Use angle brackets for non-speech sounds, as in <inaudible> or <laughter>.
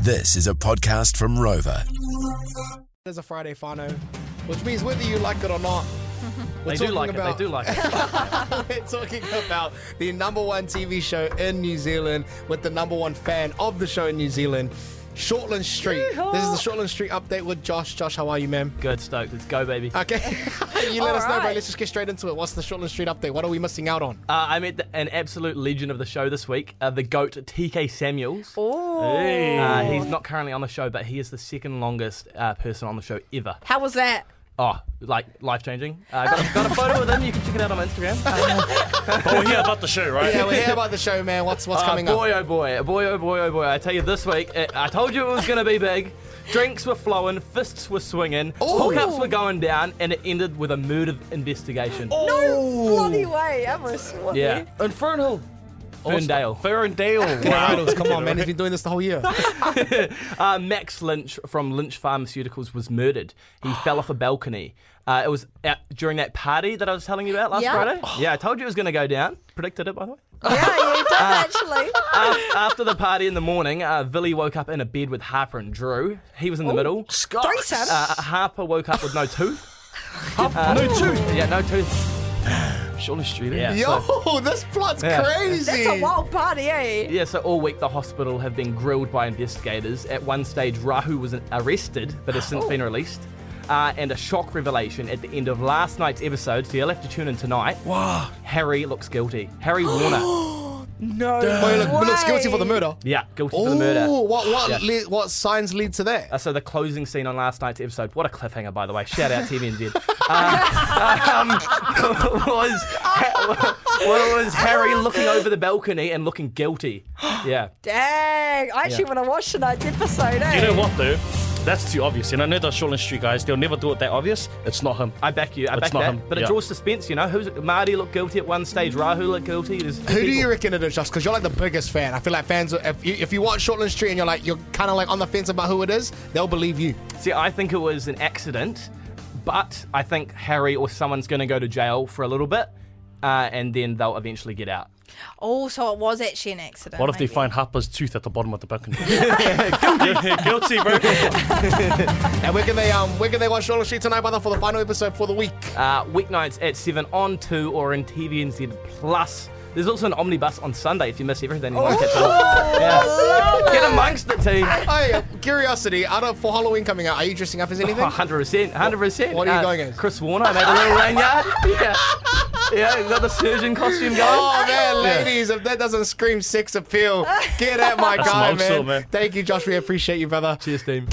This is a podcast from Rover. There's a Friday Fano, which means whether you like it or <laughs> not, we're They do talking like about it. They do like <laughs> it. we're talking about the number one TV show in New Zealand with the number one fan of the show in New Zealand, Shortland Street. This is the Shortland Street update with Josh. Josh, how are you, man? Good, stoked. Let's go, baby. Uh, Okay, <laughs> you let All us know, bro. right. Let's just get straight into it. What's the Shortland Street update? What are we missing out on? I met Uh, the, an absolute legend of the show this week, uh, the GOAT TK Samuels. Oh. Uh, he's not currently on the show, but he is the second longest uh, person on the show ever. How was that? Oh, like life changing. Uh, got, a- got a photo with him. You can check it out on Instagram. <laughs> Uh, But we're here about the show, right? yeah, we're here about the show, man. What's what's Uh, coming boy, up? oh boy, boy, oh boy, oh boy. I tell you, this week, it, I told you it was going to be big. Drinks were flowing, fists were swinging, hookups were going down, and it ended with a murder investigation. No bloody way. I'm a swan. Yeah. Infernal. Ferndale. Ferndale. <laughs> Wow. Idols, come on, man. He's <laughs> been doing this the whole year. Uh, Max Lynch from Lynch Pharmaceuticals was murdered. He fell off a balcony. Uh, it was at, during that party that I was telling you about last Yeah. Friday. Yeah, I told you it was going to go down. Predicted it, by the way. Yeah, you did actually. Af- After the party in the morning, uh, Villy woke up in a bed with Harper and Drew. He was in the middle. Scott. Threesome. Uh, Harper woke up with no tooth. No, two. Yeah, no tooth. Surely Street. eh? <laughs> Yeah. Yo, So, this plot's Yeah. crazy. That's a wild party, eh? yeah, so all week the hospital have been grilled by investigators. At one stage, Rahu was arrested, but has since been released. Uh, and a shock revelation at the end of last night's episode, so you'll have to tune in tonight. Wow. Harry looks guilty. Harry Warner. No. Wait, look, looks guilty for the way. murder. Yeah, guilty for Oh, the murder. what what le- what signs lead to that? Uh, so the closing scene on last night's episode, what a cliffhanger, by the way. Shout out TVNZ. <laughs> Uh, um, was, ha- <laughs> was Harry looking over the balcony and looking guilty. Yeah. Dang. I actually want to watch tonight's episode, eh? You know what, though? That's too obvious. And I know the Shoreline Street guys, they'll never do it that obvious. It's not him. I back you. I It's back not that. him, But it yeah. draws suspense, you know. Who's Marty looked guilty at one stage. Rahu looked guilty. There's Who do you reckon it is, Josh? Because you're like the biggest fan. I feel like fans, if you, if you watch Shortland Street and you're like you're kind of like on the fence about who it is, they'll believe you. See, I think it was an accident, but I think Harry or someone's going to go to jail for a little bit, uh, and then they'll eventually get out. Oh, so it was actually an accident. What if they maybe. find Harper's tooth at the bottom of the <laughs> balcony? Guilty, <laughs> bro. And where can they um where can they watch Shortland Street tonight, brother, for the final episode for the week? Uh, weeknights at seven on two or in TVNZ Plus. There's also an omnibus on Sunday if you miss everything. You want to catch it Oh, all. Yeah. Get amongst it, team. Hey, uh, curiosity, out of for Halloween coming out, are you dressing up as Oh, <laughs> anything? 100%. 100%. What are you going as? Uh, Chris Warner. I made a little lanyard. <laughs> Yeah. Yeah, got the surgeon costume <laughs> going. Oh man, ladies, if that doesn't scream sex appeal, get at my guy, my soul, man. Thank you, Josh. We appreciate you, brother. Cheers, team.